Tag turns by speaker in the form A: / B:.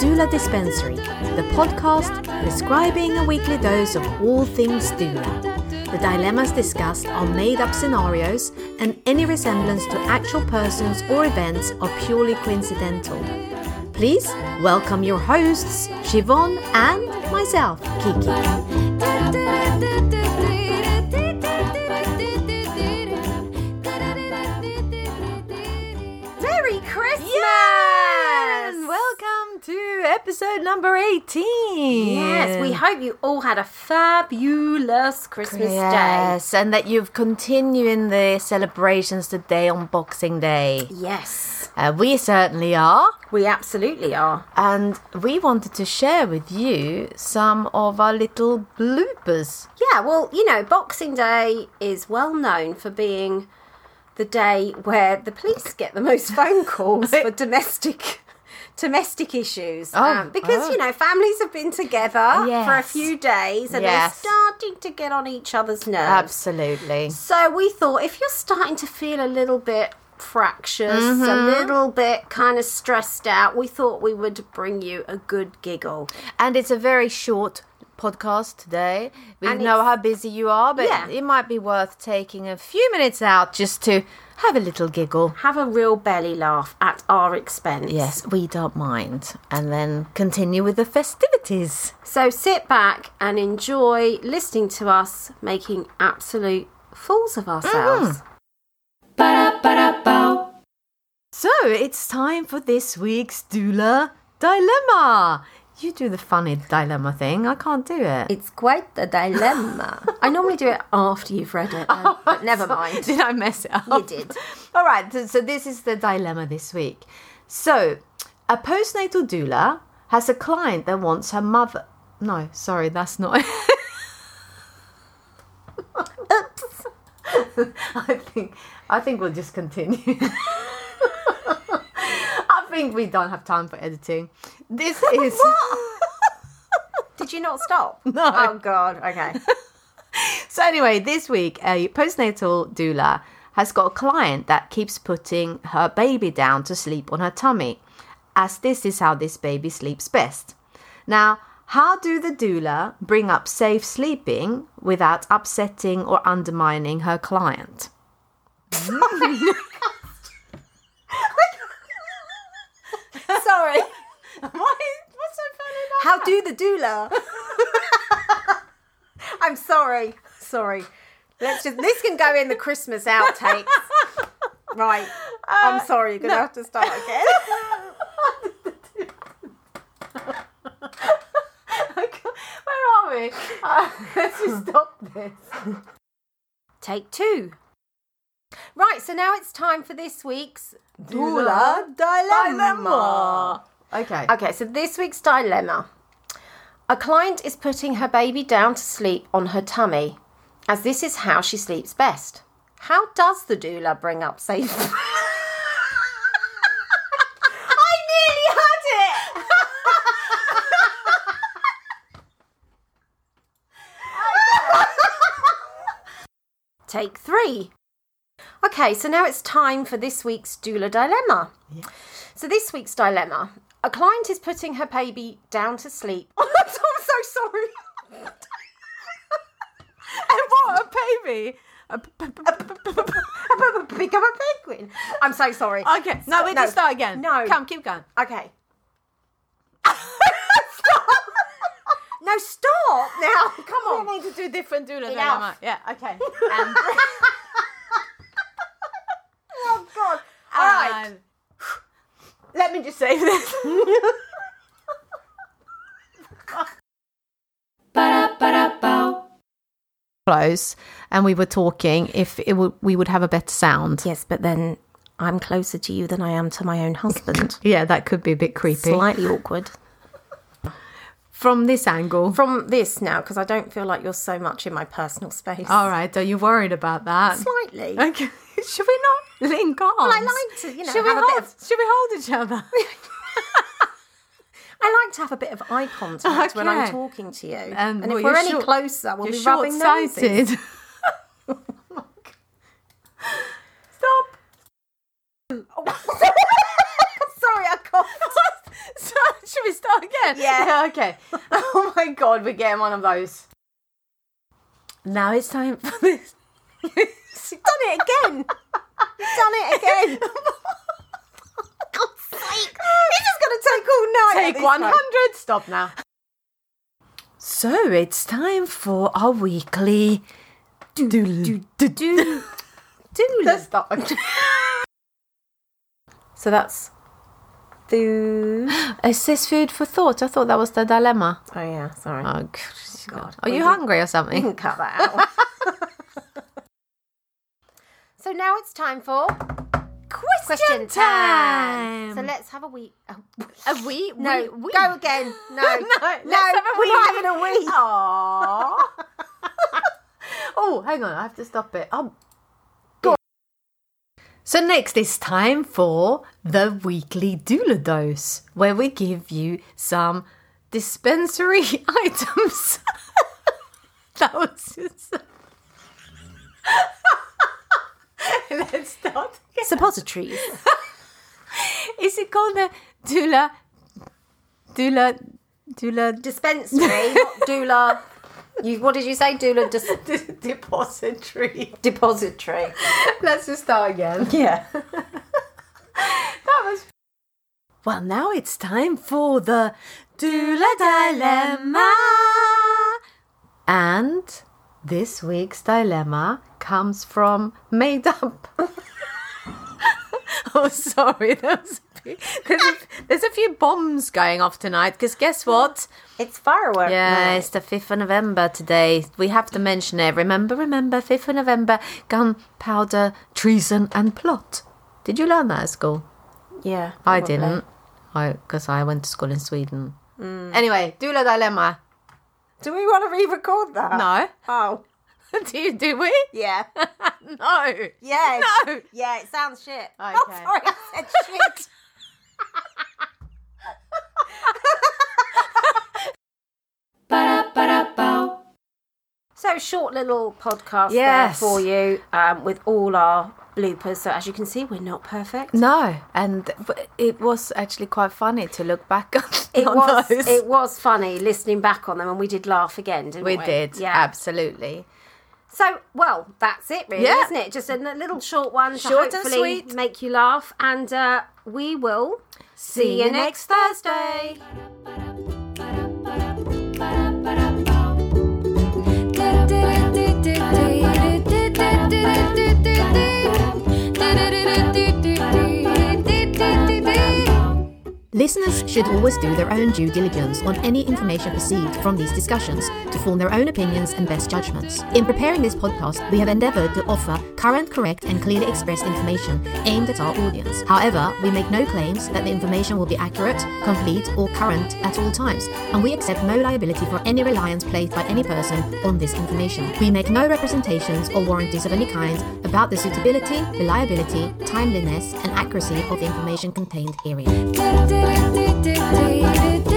A: Doula Dispensary, the podcast prescribing a weekly dose of all things doula. The dilemmas discussed are made up scenarios, and any resemblance to actual persons or events are purely coincidental. Please welcome your hosts, Siobhan and myself, Kiki.
B: Merry Christmas!
A: And welcome to episode number 18.
B: Yes, we hope you all had a fabulous Christmas
A: Yes, and that you've continuing the celebrations today on Boxing Day.
B: Day. Yes,
A: Uh, we certainly are,
B: we absolutely are.
A: and we wanted to share with you some of our little bloopers.
B: Yeah, well, you know, Boxing Day is well known for being the day where the police get the most phone calls for domestic domestic issues Um,
A: Oh,
B: because
A: oh.
B: you know families have been together for a
A: Yes.
B: few days and
A: Yes.
B: they're starting to get on each other's nerves
A: Absolutely.
B: So we thought if you're starting to feel a little bit fractious, a
A: Mm-hmm.
B: little bit kind of stressed out, we thought we would bring you a good giggle.
A: And it's a very short podcast today. We
B: And
A: know
B: it's-
A: how busy you are, but
B: Yeah.
A: it might be worth taking a few minutes out just to have a little giggle.
B: Have a real belly laugh at our expense.
A: Yes, we don't mind. And then continue with the festivities.
B: So sit back and enjoy listening to us making absolute fools of ourselves.
A: So it's time for this week's doula dilemma. You do the funny dilemma thing. I can't do it.
B: It's quite a dilemma. I normally do it after you've read it, um, but never mind.
A: Did I mess it up?
B: You did.
A: All right. th- So this is the dilemma this week. So a postnatal doula has a client that wants her mother. No, sorry, that's not.
B: Oops.
A: I think I think we'll just continue. I think we don't have time for editing. This is
B: Did you not stop?
A: No.
B: Oh, God. Okay.
A: So anyway, this week a postnatal doula has got a client that keeps putting her baby down to sleep on her tummy, as this is how this baby sleeps best. Now, how do the doula bring up safe sleeping without upsetting or undermining her client?
B: Sorry.
A: Why? What's so funny about
B: How do the doula? I'm sorry. Sorry. Let's just this can go in the Christmas outtakes. Right. I'm sorry, you're gonna have to start again.
A: Where are we? Uh, let's just stop this.
B: Take two. Right, so now it's time for this week's
A: Doula
B: dilemma.
A: Okay.
B: Okay, so this week's dilemma. A client is putting her baby down to sleep on her tummy, as this is how she sleeps best. How does the doula bring up safe? I nearly had it! Take three. Okay, so now it's time for this week's doula dilemma. So this week's dilemma: a client is putting her baby down to sleep. I'm so sorry.
A: And what a baby! A p- p- p-
B: Become a penguin. I'm so sorry.
A: Okay, no, we
B: no.
A: just start again.
B: No.
A: come, keep going.
B: Okay. stop. No, stop now. Come on.
A: need to do different doula
B: dilemma.
A: Yeah, okay.
B: Oh God. Uh, All right.
A: let me just save this. Close, and we were talking if it would we would have a better sound.
B: Yes, but then I'm closer to you than I am to my own husband.
A: Yeah, that could be a bit creepy
B: Slightly awkward.
A: from this angle.
B: From this now, because I don't feel like you're so much in my personal space.
A: All right, are you worried about that?
B: Slightly.
A: Okay, should we not link on?
B: I like to, you know,
A: should we
B: have a
A: hold?
B: bit of
A: Should we hold each other?
B: I like to have a bit of eye contact when I'm
A: Okay.
B: talking to you.
A: Um,
B: and
A: well,
B: if we're
A: you're
B: any
A: short-
B: closer, we'll
A: You're
B: be rubbing noses.
A: short-sighted. Stop.
B: Sorry, I coughed.
A: Sorry, Should we start again?
B: Yeah.
A: Okay. Oh my god, we're getting one of those. Now it's time for this.
B: You've done it again. You've done it again. God's sake. This is going to take all night. at
A: Take
B: this
A: 100.
B: rate.
A: Stop now. So it's time for our weekly. Doodle. Doodle. Doodle.
B: Let's start. so that's the.
A: Is this food for thought? I thought that was the dilemma.
B: Oh, yeah, sorry.
A: Oh,
B: God. Mm-hmm.
A: God. Are you hungry or
B: You
A: something?
B: can cut that out. so now it's time for
A: Question,
B: question time. So
A: So
B: let's have a week. Oh,
A: a wee,
B: no,
A: wee, wee.
B: go again. No,
A: let's have a
B: we're
A: wee.
B: having a week.
A: Aww. oh, hang on, I have to stop it. Oh, God. So next is time for the weekly doula dose, where we give you some dispensary items. that was just. Let's start.
B: Suppositories.
A: Is it called the doula? Doula. Doula
B: Dispensary, not doula. You, what did you say? Doula dis-
A: depository.
B: depository.
A: Let's just start again.
B: Yeah.
A: That was. Well, now it's time for the doula dilemma. And this week's dilemma comes from Made Up. oh, sorry. That was a bit- there's, a, there's a few bombs going off tonight because guess what?
B: It's fireworks.
A: Yeah, it's the 5th of November today. We have to mention it. Remember, remember, 5th of November, gunpowder, treason, and plot. Did you learn that at school?
B: Yeah.
A: I
B: probably.
A: didn't. I Because I went to school in Sweden.
B: Mm.
A: Anyway, doula dilemma.
B: Do we want to re-record that?
A: No.
B: Oh.
A: do you, do we?
B: Yeah.
A: No.
B: Yeah.
A: No.
B: Yeah, it sounds shit. Okay.
A: Okay.
B: sorry, I said shit. So short little podcast
A: Yes.
B: there for you um, with all our bloopers. So as you can see, we're not perfect.
A: No. And but it was actually quite funny to look back
B: It
A: on
B: was
A: those.
B: it was funny listening back on them, and we did laugh again, didn't we?
A: we did.
B: yeah.
A: Absolutely.
B: So, well, that's it, really,
A: Yeah.
B: isn't it? Just a n- little short one
A: Short
B: to
A: and
B: hopefully
A: sweet.
B: make you laugh, and uh, we will see you next Thursday.
C: Listeners should always do their own due diligence on any information received from these discussions to form their own opinions and best judgments. In preparing this podcast, we have endeavored to offer current, correct, and clearly expressed information aimed at our audience. However, we make no claims that the information will be accurate, complete, or current at all times, and we accept no liability for any reliance placed by any person on this information. We make no representations or warranties of any kind about the suitability, reliability, timeliness, and accuracy of the information contained herein.
D: Did it, did it, did it, did it, did